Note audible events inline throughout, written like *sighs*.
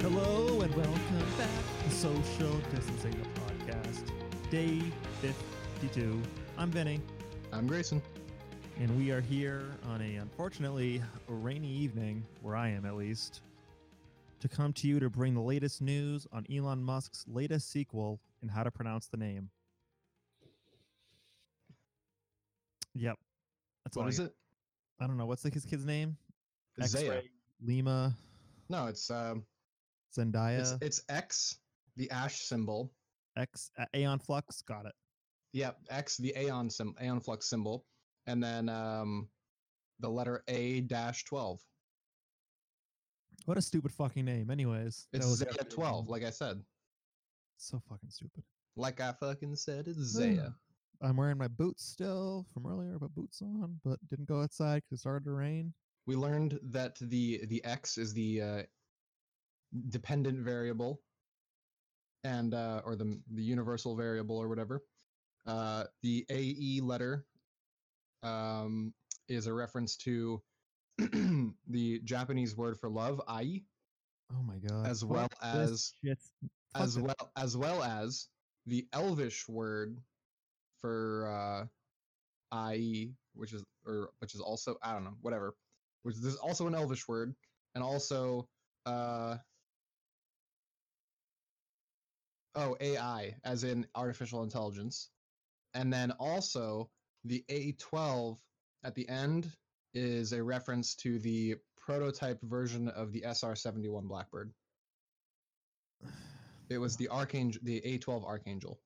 Hello and welcome back to Social Distancing the Podcast, day 52. I'm Vinny, I'm Grayson. and we are here on a unfortunately rainy evening, where I am at least, to come to you to bring the latest news on Elon Musk's latest sequel and how to pronounce the name. Yep. That's all What I is got. it? I don't know. What's like his kid's name? Zaya. X-Ray, Lima, No, it's um, Zendaya, it's it's X, the ash symbol. X, Aeon Flux. Got it. Yep, X, the aeon sim, aeon flux symbol, and then um, the letter A dash twelve. What a stupid fucking name. Anyways, that It's was Zaya after- twelve, like I said. so fucking stupid. Like I fucking said, Hmm. it's Zaya. I'm wearing my boots still from earlier, but boots on, but didn't go outside because it started to rain. We learned that the the X is the uh, dependent variable, and uh, or the the universal variable or whatever. Uh, the AE letter um, is a reference to *clears throat* the Japanese word for love, e. ai, Oh my god. as well Fuck this as shit. Fuck as it. well as well as the Elvish word for uh, IE, which is or which is also I don't know whatever, which there's also an Elvish word, and also uh, oh AI as in artificial intelligence, and then also the A12 at the end is a reference to the prototype version of the SR71 Blackbird. It was the archangel, the A12 archangel.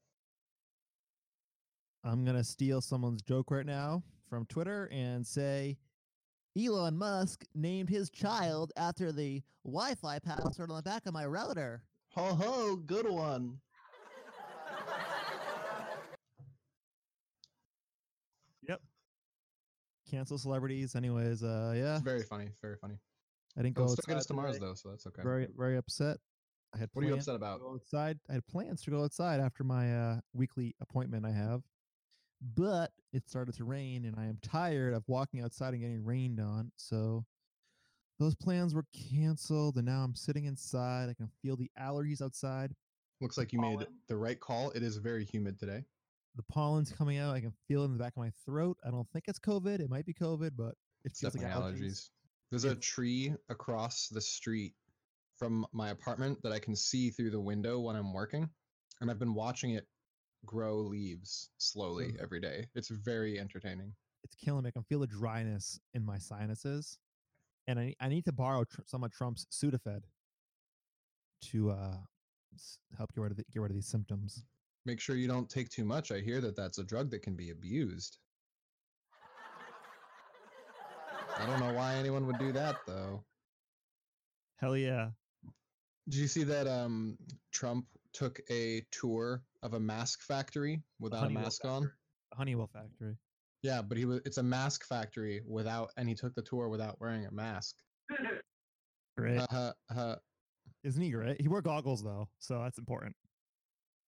I'm gonna steal someone's joke right now from Twitter and say Elon Musk named his child after the Wi-Fi password on the back of my router. Ho ho, good one. Cancel celebrities, anyways. Uh, yeah, Very funny, very funny. I didn't go It'll still get outside us to Mars today. though, so that's okay. Very, very upset. I had what are you plans. upset to about? go outside. I had plans to go outside after my uh, weekly appointment I have, but it started to rain, and I am tired of walking outside and getting rained on. So those plans were canceled, and now I'm sitting inside. I can feel the allergies outside. Looks like you made the right call. It is very humid today. The pollen's coming out. I can feel it in the back of my throat. I don't think it's COVID. It might be COVID, but it It's feels like definitely allergies. allergies. There's a It's- tree across the street from my apartment that I can see through the window when I'm working, and I've been watching it grow leaves slowly Mm. every day. It's very entertaining. It's killing me. I can feel the dryness in my sinuses, and I I need to borrow tr- some of Trump's Sudafed to uh, s- help get rid of the, get rid of these symptoms. Make sure you don't take too much. I hear that that's a drug that can be abused. I don't know why anyone would do that though. Hell yeah! Did you see that um, Trump took a tour of a mask factory without a Honeywell mask on? factory. Honeywell factory. Yeah, but he was it's a mask factory without and he took the tour without wearing a mask. Great, Uh, uh, isn't he great? He wore goggles though, so that's important.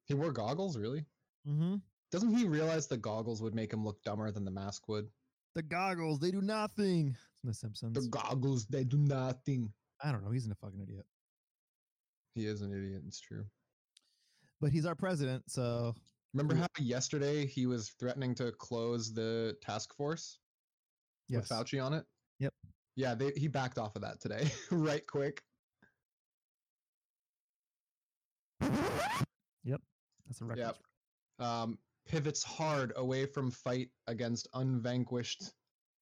he wore goggles, really? Mm-hmm. Doesn't he realize the goggles would make him look dumber than the mask would? The goggles, they do nothing. It's in The Simpsons. The goggles, they do nothing. I don't know. He's a fucking idiot, He is an idiot, it's true. but he's our president, so Remember Yeah. how yesterday he was threatening to close the task force? yes. with Fauci on it. Yep. Yeah, they, he backed off of that today, *laughs* right quick. That's a record. Yep. Um, pivots hard away from fight against unvanquished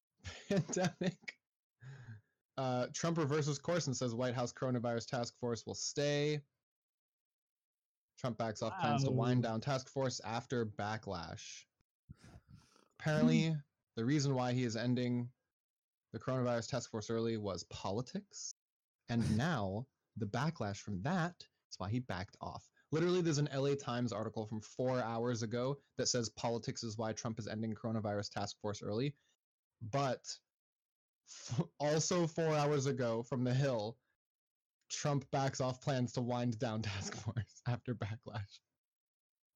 *laughs* pandemic. Uh, Trump reverses course and says White House coronavirus task force will stay. Trump backs off plans to wind down task force after backlash. Apparently, the reason why he is ending the coronavirus task force early was politics. And now the backlash from that is why he backed off. Literally, there's an LA Times article from four hours ago that says politics is why Trump is ending coronavirus task force early. But f- also, four hours ago from The Hill, Trump backs off plans to wind down *laughs* task force after backlash.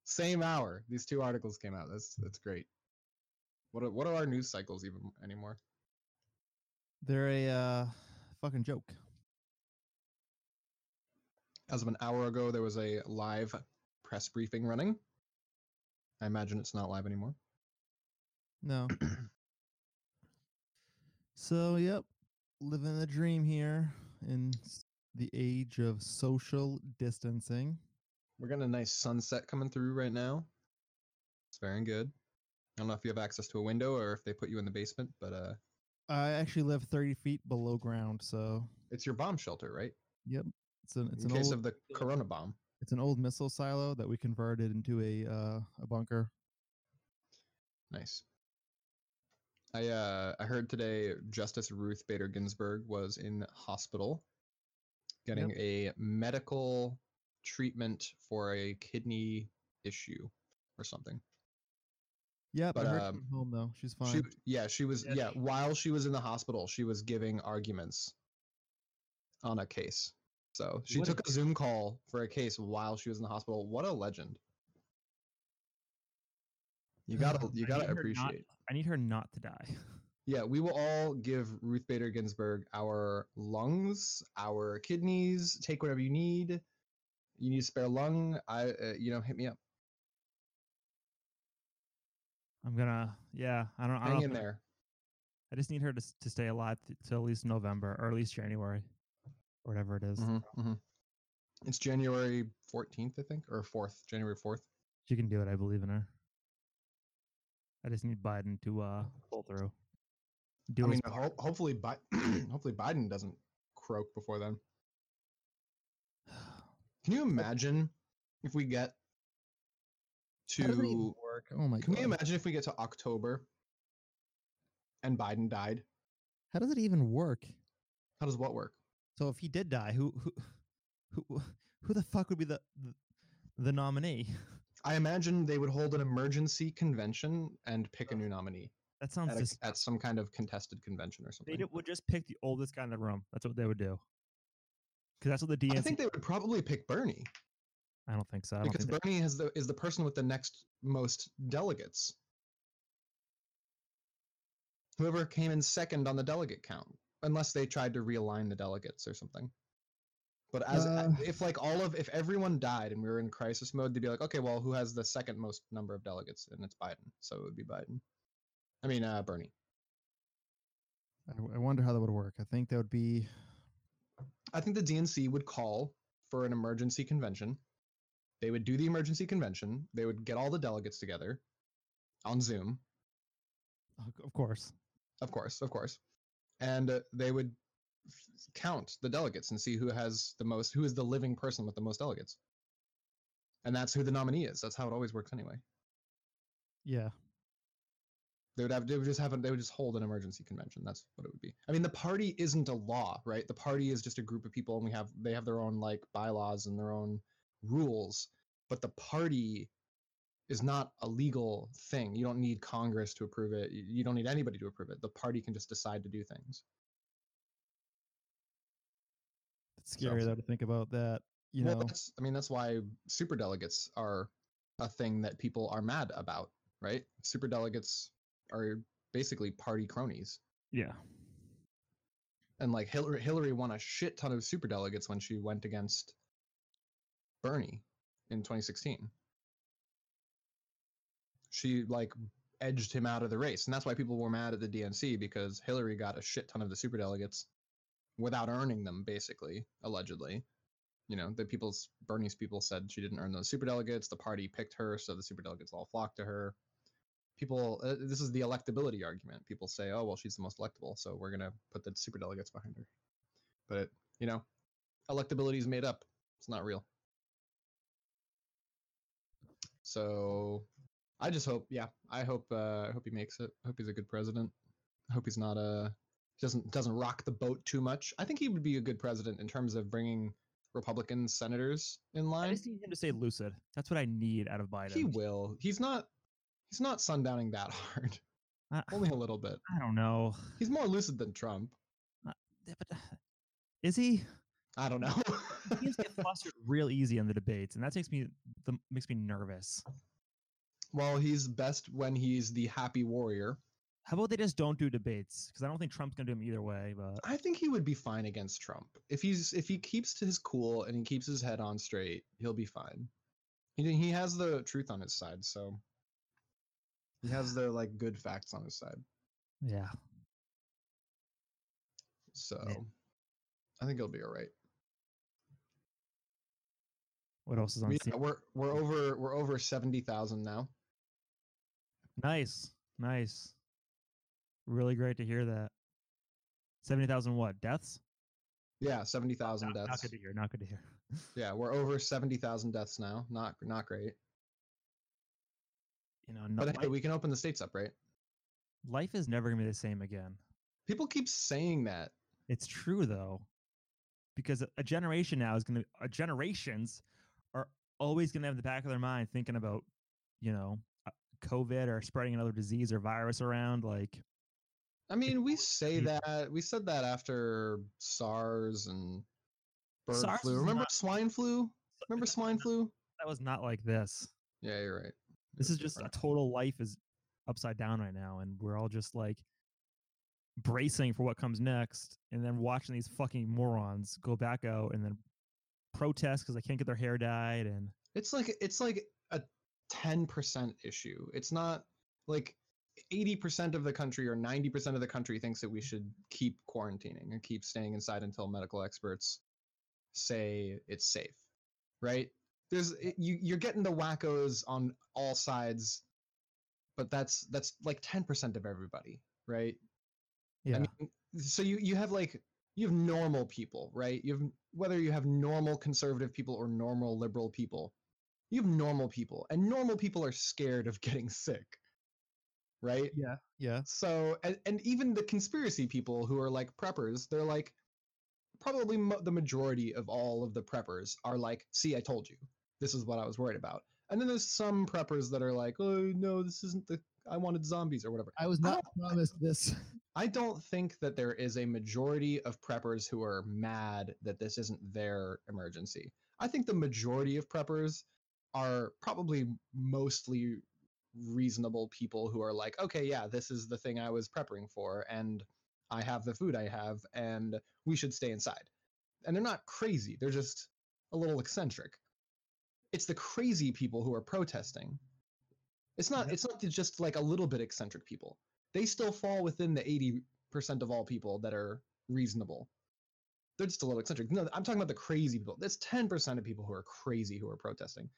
Same hour, these two articles came out. That's that's great. What are, what are our news cycles even anymore? They're a uh, fucking joke. As of an hour ago, there was a live press briefing running. I imagine it's not live anymore. *clears throat* No. so, yep, living the dream here in s- the age of social distancing. We're getting a nice sunset coming through right now. It's very good. I don't know if you have access to a window or if they put you in the basement, but uh, I actually live 30 feet below ground, so it's your bomb shelter, right? it's an it's in an case old of the corona bomb. it's an old missile silo that we converted into a uh, a bunker. Nice. I uh I heard today Justice Ruth Bader Ginsburg was in hospital getting a medical treatment for a kidney issue or something. Yep, But, I heard um, from home though. She's fine. She, yeah, she was Yeah, yeah, she- while she was in the hospital, she was giving arguments on a case. So she What a- took a Zoom call for a case while she was in the hospital. What a legend. You *sighs* gotta you I gotta need her not- appreciate. I need her not to die. *laughs* Yeah, we will all give Ruth Bader Ginsburg our lungs, our kidneys. Take whatever you need. You need a spare lung. I, uh, you know, hit me up. I'm gonna. Yeah, I don't. I don't Hang know in if I- there. I just need her to s- to stay alive t- till at least November or at least January, or whatever it is. Mhm, mhm. It's January fourteenth, I think, or fourth, January fourth. She can do it. I believe in her. I just need Biden to uh, pull through. Do I his *sighs* mean, part. ho- hopefully, Bi- *clears throat* hopefully Biden doesn't croak before then. Can you imagine if we get How does that even to? work. Oh my Can god. we imagine if we get to October and Biden died? How does it even work? How does what work? So if he did die, who who who who the fuck would be the the, the nominee? *laughs* I imagine they would hold an emergency convention and pick a new nominee that sounds. at, a, Dis- at some kind of contested convention or they something. d- would just pick the oldest guy in the room. That's what they would do. Because that's what the DNC. I think they would probably pick Bernie I don't think so. I don't because think they- Bernie is the is the person with the next most delegates. Whoever came in second on the delegate count, unless they tried to realign the delegates or something. But as a- Uh, if like all of if everyone died and we were in crisis mode, they'd be like, okay, well, who has the second most number of delegates? And it's Biden, so it would be Biden. I mean, uh, Bernie. I, w- I wonder how that would work. I think that would be I think the DNC would call for an emergency convention. They would do the emergency convention. They would get all the delegates together on Zoom, of- oh, of course. of course, of course. And uh, they would f- count the delegates and see who has the most, who is the living person with the most delegates. And that's who the nominee is. That's how it always works anyway. Yeah. They would have, they would just have, a, they would just hold an emergency convention. That's what it would be. I mean, the party isn't a law, right? The party is just a group of people, and we have they have their own like bylaws and their own rules. But the party is not a legal thing. You don't need Congress to approve it. You you don't need anybody to approve it. The party can just decide to do things. It's scary though to think about that. You well, know, that's, I mean, that's why superdelegates are a thing that people are mad about, right? Superdelegates are basically party cronies. yeah. and like Hillary, Hillary won a shit ton of superdelegates when she went against Bernie in 2016. She like edged him out of the race, and that's why people were mad at the DNC because Hillary got a shit ton of the superdelegates without earning them, basically, allegedly. You know, the people's Bernie's people said she didn't earn those superdelegates. The party picked her, so the superdelegates all flocked to her. People, uh, this is the electability argument. People say, "Oh, well, she's the most electable, so we're gonna put the superdelegates behind her." But you know, electability is made up; it's not real. So, I just hope, yeah, I hope, uh, I hope he makes it. I hope he's a good president. I hope he's not a doesn't doesn't rock the boat too much. I think he would be a good president in terms of bringing Republican senators in I line. just need him to stay lucid. That's what I need out of Biden. He will. He's not. He's not sundowning that *laughs* hard. I, Only a little bit. *sighs* I don't know. He's more lucid than Trump. Yeah, but uh, is he? I don't know. He *laughs* gets flustered real easy in the debates, and that takes me the, makes me nervous. well, he's best when he's the happy warrior, How about they just don't do debates? Because I don't think Trump's gonna do them either way. But I think he would be fine against Trump. If he's if he keeps to his cool and he keeps his head on straight, he'll be fine. He he has the truth on his side, so he has the like good facts on his side. yeah, So I think he'll be all right. what else is on? We- scene? we're we're over we're over seventy thousand now. Nice, nice. Really great to hear that. Seventy thousand what deaths? Yeah, seventy thousand Not, not deaths. good to hear. Not good to hear. Yeah, we're over seventy thousand deaths now. Not not great. You know, no, But hey, life, we can open the states up, right? life is never gonna be the same again. People keep saying that. It's true though, because a- a generation now is gonna uh, generations are always gonna have the back of their mind thinking about you know uh, COVID or spreading another disease or virus around. Like I mean, we say Yeah. that we said that after SARS and bird SARS flu. was Remember not- swine flu? *laughs* Remember swine flu? that was not like this. Yeah, you're right. This It's is just a different. total life is upside down right now, and we're all just like bracing for what comes next, and then watching these fucking morons go back out and then protest because they can't get their hair dyed. And It's like it's like a ten percent issue. It's not like eighty percent of the country or ninety percent of the country thinks that we should keep quarantining and keep staying inside until medical experts say it's safe, right? There's it- you you're getting the wackos on all sides, but that's that's like ten percent of everybody, right? yeah, I mean, so you you have like you have normal people, right? You have whether you have normal conservative people or normal liberal people, you have normal people, and normal people are scared of getting sick, right? Yeah. Yeah. So and, and even the conspiracy people who are like preppers, they're like probably mo- the majority of all of the preppers are like, "See, I told you. This is what I was worried about." And then there's some preppers that are like, "Oh no, this isn't the I wanted zombies or whatever." I was not promised this. I don't think that there is a majority of preppers who are mad that this isn't their emergency. I think the majority of preppers are probably mostly reasonable people who are like, okay, yeah, this is the thing I was prepping for, and I have the food I have, and we should stay inside. And they're not crazy, they're just a little eccentric. It's the crazy people who are protesting. It's not Yeah. it's not just like a little bit eccentric people they still fall within the 80% of all people that are reasonable. They're just a little eccentric. No, I'm talking about the crazy people. That's 10% of people who are crazy who are protesting,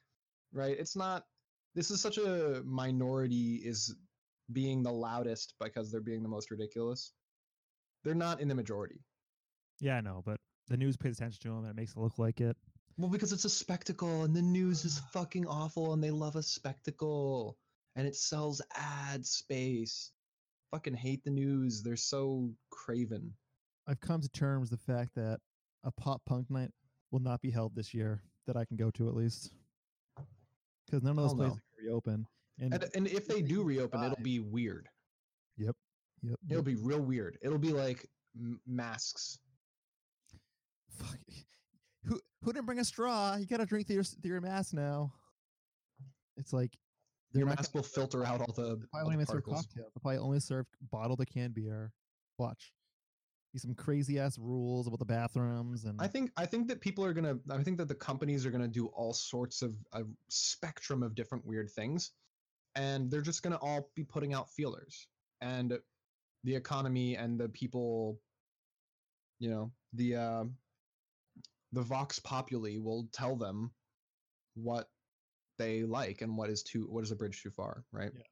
right? It's not, this is such a minority is being the loudest because they're being the most ridiculous. They're not in the majority. yeah, I know, but the news pays attention to them, and it makes it look like it. Well, because it's a spectacle and the news is fucking awful and they love a spectacle and it sells ad space. Fucking hate the news. They're so craven. I've come to terms with the fact that a pop punk night will not be held this year that I can go to at least, because none of those Hell places no. can reopen. And, And, and if they do reopen, it'll be weird. yep, It'll be real weird. It'll be like m- masks. fuck. *laughs* Who who didn't bring a straw? You gotta drink through your, s- through your mask now. It's like Your not mask will filter out all the, They all probably the only serve particles. cocktails. They probably only serve bottled or canned beer. Watch. These some crazy ass rules about the bathrooms and I think I think that people are gonna. I think that the companies are gonna do all sorts of a spectrum of different weird things, and they're just gonna all be putting out feelers. And the economy and the people, you know, the uh, the vox populi will tell them what they like and what is too what is a bridge too far, right? Yeah.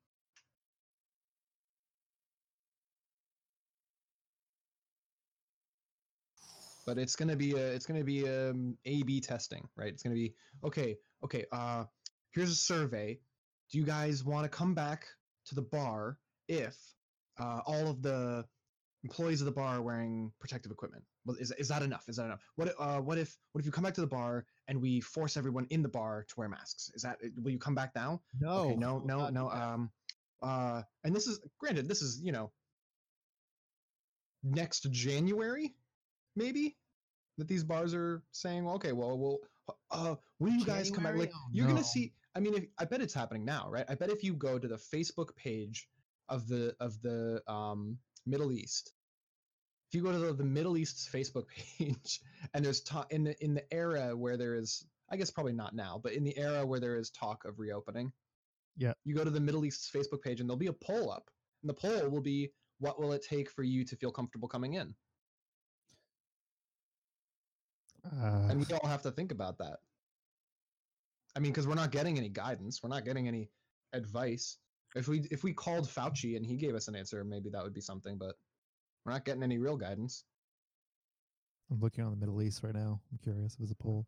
but it's gonna be a it's gonna be um A B testing, right? It's gonna be okay, okay. Uh, here's a survey. Do you guys want to come back to the bar if uh, all of the employees of the bar are wearing protective equipment? Well, is is that enough? Is that enough? What i- uh what if what if you come back to the bar and we force everyone in the bar to wear masks? Is that will you come back now? no, okay, no, will no, Oh, not do no. that. Um, uh, and this is granted. This is you know next January, maybe that these bars are saying, okay, well, we'll uh, when you guys come out, like January? Oh, you're gonna no. see. I mean, if, I bet it's happening now, right? I bet if you go to the Facebook page of the of the um, Middle East. If you go to the, the Middle East's Facebook *laughs* page, and there's ta- in the in the era where there is, I guess probably not now, but in the era where there is talk of reopening, Yeah. you go to the Middle East's Facebook page, and there'll be a poll up, and the poll will be, "What will it take for you to feel comfortable coming in?" Uh, and we all have to think about that. I mean, because we're not getting any guidance, we're not getting any advice. If we if we called Fauci and he gave us an answer, maybe that would be something. But we're not getting any real guidance. I'm looking on the Middle East right now. I'm curious if there's a poll.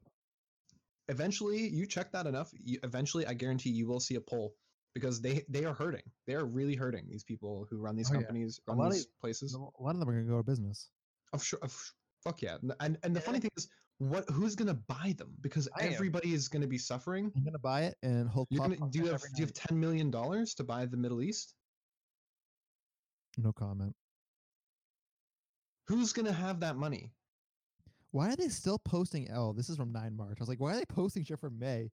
Eventually, you check that enough. You, eventually, I guarantee you will see a poll because they they are hurting. They are really hurting. These people who run these Oh, yeah. companies, A run lot of these these- places. A lot of them are going to go out of business. Of sure, of, sh- fuck yeah. N- And and the funny thing is, what who's gonna buy them? Because I am. everybody is gonna be suffering. I'm going to buy it and hope. You're pop gonna, do you have every do you have night. ten million dollars to buy the Middle East? no comment. Who's gonna have that money? Why are they still posting? Oh, this is from nine March. I was like, why are they posting shit from May?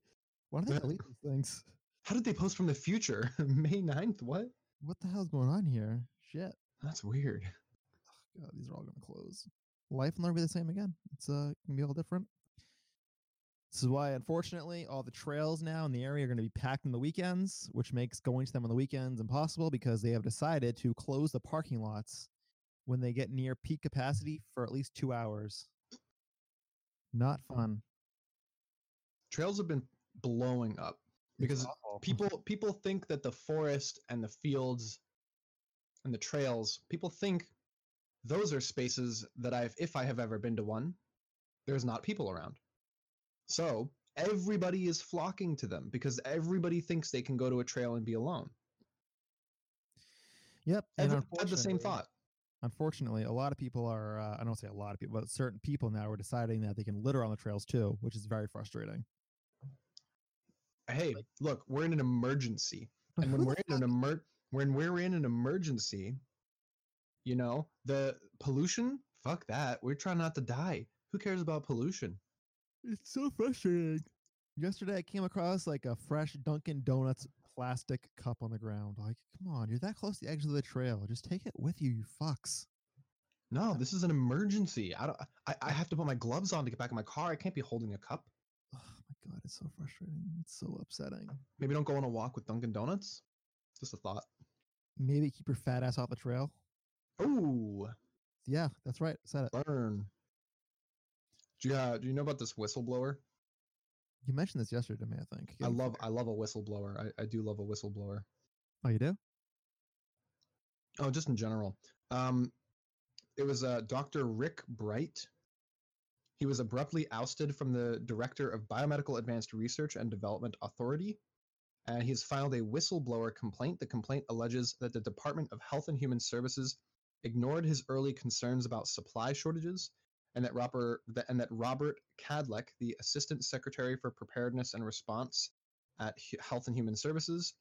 Why don't they Yeah. delete these things? How did they post from the future? *laughs* May 9th? What? What the hell's going on here? Shit. That's weird. God, these are all going to close. Life will never be the same again. It's uh, gonna be all different. This is why, unfortunately, all the trails now in the area are going to be packed on the weekends, which makes going to them on the weekends impossible because they have decided to close the parking lots when they get near peak capacity for at least two hours. Not fun. Trails have been blowing up It's because awful. people people think that the forest and the fields and the trails, people think those are spaces that I've if I have ever been to one, there's not people around. So everybody is flocking to them because everybody thinks they can go to a trail and be alone. Yep. and Everyone had the same unfortunately- thought. Unfortunately, a lot of people are, uh, I don't say a lot of people, but certain people now are deciding that they can litter on the trails too, which is very frustrating. hey, look, we're in an emergency. But and who the when we're in an emer- when we're in an emergency, you know, the pollution, fuck that. We're trying not to die. Who cares about pollution? It's so frustrating. Yesterday, I came across like a fresh Dunkin' Donuts plastic cup on the ground. Like, come on, you're that close to the edge of the trail. Just take it with you, you fucks. No, this is an emergency. I don't I, I have to put my gloves on to get back in my car. I can't be holding a cup. Oh my god, it's so frustrating. It's so upsetting. Maybe don't go on a walk with Dunkin' Donuts. Just a thought. Maybe keep your fat ass off the trail. Oh, Yeah, that's right. I Said it. burn. Do you, uh, do you know about this whistleblower? You mentioned this yesterday to me, I think. I Yeah. love I love a whistleblower. I, I do love a whistleblower. Oh, you do? Oh, just in general. Um, it was uh, Dr. Rick Bright. He was abruptly ousted from the director of Biomedical Advanced Research and Development Authority, and he's filed a whistleblower complaint. The complaint alleges that the Department of Health and Human Services ignored his early concerns about supply shortages, and that Robert that, and that Robert Cadleck, the Assistant Secretary for Preparedness and Response at Hu- Health and Human Services,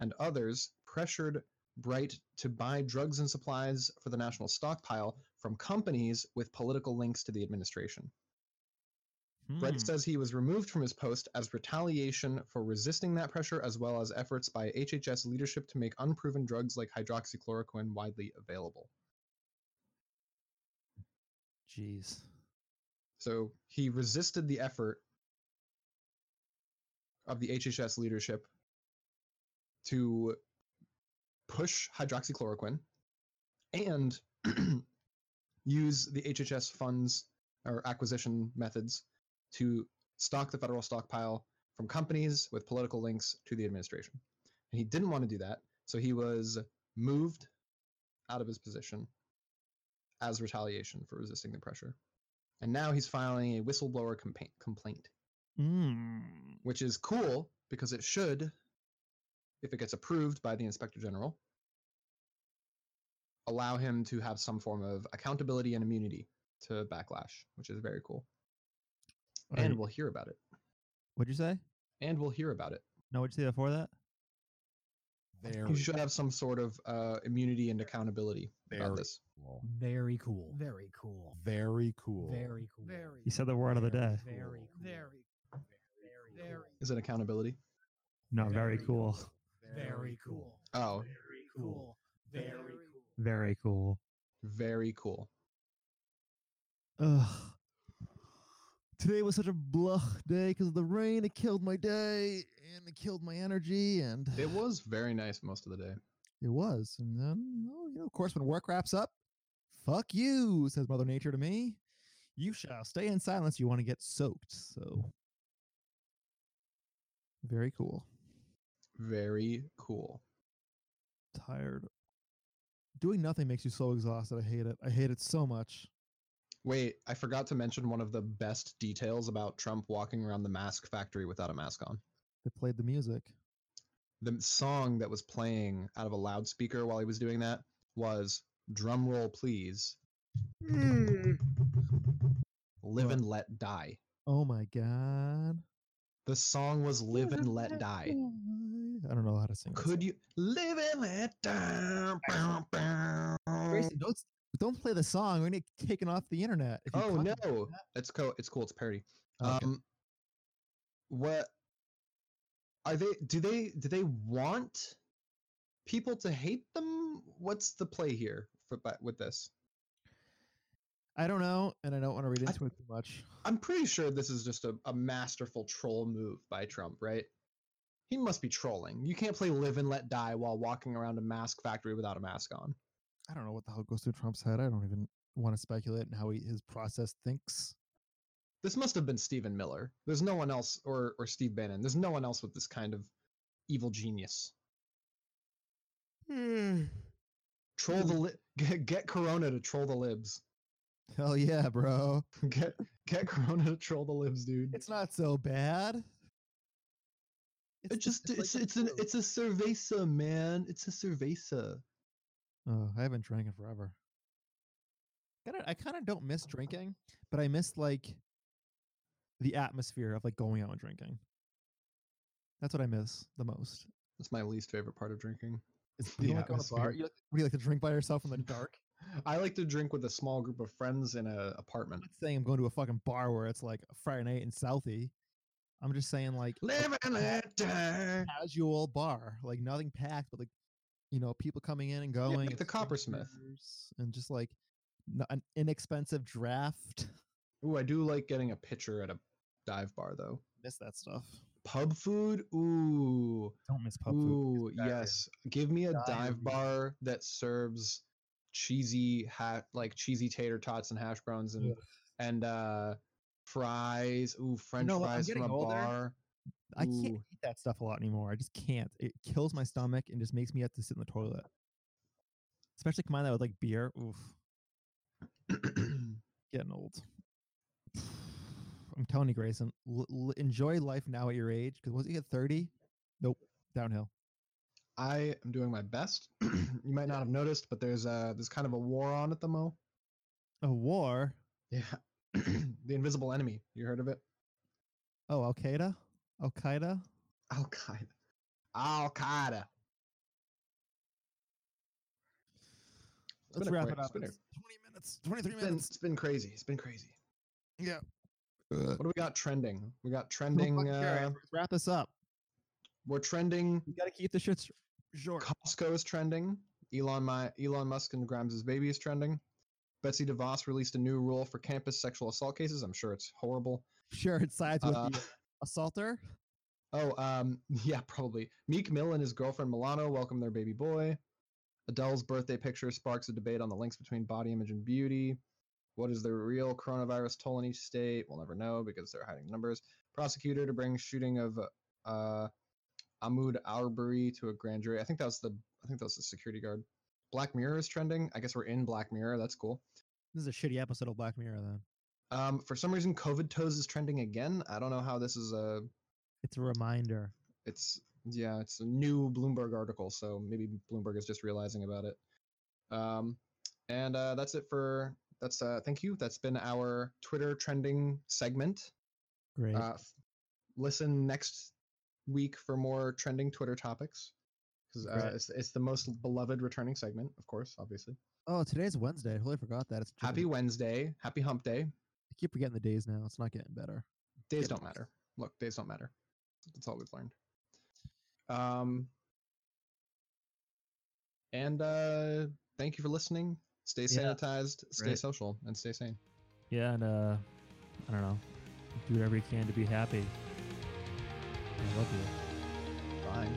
and others pressured Bright to buy drugs and supplies for the national stockpile from companies with political links to the administration. Bright Hmm. says he was removed from his post as retaliation for resisting that pressure, as well as efforts by HHS leadership to make unproven drugs like hydroxychloroquine widely available. Jeez. So he resisted the effort of the HHS leadership to push hydroxychloroquine and *clears throat* use the HHS funds or acquisition methods to stock the federal stockpile from companies with political links to the administration. And he didn't want to do that, so he was moved out of his position as retaliation for resisting the pressure. And now he's filing a whistleblower compa- complaint, Hmm. Mm. which is cool because it should, if it gets approved by the inspector general, allow him to have some form of accountability and immunity to backlash, which is very cool. Are And you- we'll hear about it. what'd you say? And we'll hear about it. No, what'd you say before that? Very You should have some sort of uh, immunity and accountability about Very. this. cool. Very cool. Very cool. Very cool. Very cool. Very. You said the word of the day. Very. cool. Very. Very. Is it accountability? No, very cool. Very cool. Oh, Cool. Very cool. Very cool. Very cool. Ugh. Today was such a blah day because of the rain. It killed my day and it killed my energy. And It was very nice most of the day. It was. And then, well, you know, of course, when work wraps up, fuck you, says Mother Nature to me. You shall stay inside unless you want to get soaked. So, very cool. Very cool. Tired. Doing nothing makes you so exhausted. I hate it. I hate it so much. Wait, I forgot to mention one of the best details about Trump walking around the mask factory without a mask on. They played the music. The song that was playing out of a loudspeaker while he was doing that was drum roll please live What? and let die Oh my God. the song was live and let die *laughs* I don't know how to sing. that song. could you live and let die bow, bow. Grayson, don't, s- don't play the song. We're going to get taken off the internet. if you Oh copyright no, that. it's cool. It's cool. It's parody. Okay. Um, what are they? Do they? Do they want people to hate them? What's the play here for but with this? I don't know. And I don't want to read I- into it too much. I'm pretty sure this is just a, a masterful troll move by Trump, right? He must be trolling. You can't play "Live and Let Die" while walking around a mask factory without a mask on. I don't know what the hell goes through Trump's head. I don't even want to speculate on how he, his process thinks. This must have been Stephen Miller. There's no one else, or or Steve Bannon. There's no one else with this kind of evil genius. Hmm. Troll the li- *laughs* get, get Corona to troll the libs. *laughs* Hell yeah, bro. Get get Corona to troll the libs, dude. It's not so bad. It's just it's like it's an flu. it's a cerveza, man. It's a cerveza. Oh, I haven't drank in forever. Kinda- I kind of don't miss drinking, but I miss like the atmosphere of like going out and drinking. That's what I miss the most. That's my least favorite part of drinking. It's The you don't like on a bar. atmosphere. You like, what, *laughs* you like to drink by yourself in the dark. *laughs* I like to drink with a small group of friends in a apartment. I'm not saying I'm going to a fucking bar where it's like a Friday night in Southie. I'm just saying like a Live and let die. casual bar, like nothing packed, but like you know, people coming in and like going. the and Coppersmith. strangers, and just like n- an inexpensive draft. *laughs* Ooh, I do like getting a pitcher at a dive bar though. Miss that stuff. Pub food. Ooh. Don't miss pub food. Ooh, yes. Give me a dive Diarrhea. bar that serves cheesy hat like cheesy tater tots and hash browns and and uh fries. Ooh, french know what? I'm fries from a getting older. bar. *clears throat* I can't Ooh. eat that stuff a lot anymore. I just can't. It kills my stomach and just makes me have to sit in the toilet. Especially combine that with like beer. Oof, getting old. *sighs* I'm telling you, Grayson, l- l- enjoy life now at your age. Because once you get 30, nope, downhill. I am doing my best. *clears throat* you might not have noticed, but there's uh there's kind of a war on at the mo. A war. Yeah. *clears throat* the invisible enemy. You heard of it? Oh, Al Qaeda. Al Qaeda. Al Qaeda. Al Qaeda. Let's been a wrap it great- up. it's been a- It's 20 minutes. 23 It's been, minutes. *laughs* it's been crazy. It's been crazy. Yeah. What do we got trending? We got Don't trending. fucking care, Uh, Amber. Let's wrap this up. we're trending. We gotta keep the shit sh- short. Costco is trending. Elon, my, Elon Musk and Grimes' baby is trending. Betsy DeVos released a new rule for campus sexual assault cases. I'm sure it's horrible. Sure, it sides with Uh, the assaulter. Oh, um, *laughs* yeah, probably. Meek Mill and his girlfriend Milano welcome their baby boy. Adele's birthday picture sparks a debate on the links between body image and beauty. What is the real coronavirus toll in each state? We'll never know because they're hiding numbers. Prosecutor to bring shooting of uh, Ahmoud Arbery to a grand jury. I think that was the I think that was the security guard. Black Mirror is trending. I guess we're in Black Mirror. That's cool. This is a shitty episode of Black Mirror. Then Um, for some reason, COVID toes is trending again. I don't know how this is uh, a it's a reminder. it's yeah, it's a new Bloomberg article, so maybe Bloomberg is just realizing about it. Um, and uh, that's it for that's uh, thank you. That's been our Twitter trending segment. Great. Uh, f- listen next week for more trending Twitter topics because uh, Right. it's it's the most beloved returning segment, of course, obviously. oh, today's Wednesday. I totally forgot that. It's Happy Wednesday, happy Hump Day. I keep forgetting the days now. It's not getting better. Days Yeah. don't matter. Look, days don't matter. That's all we've learned. Um, And uh, thank you for listening. Stay Yeah. sanitized, stay Right. social, and stay sane. Yeah, and uh, I don't know. Do whatever you can to be happy. I love you. Bye.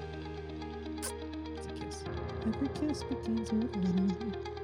It's a kiss. Every kiss begins with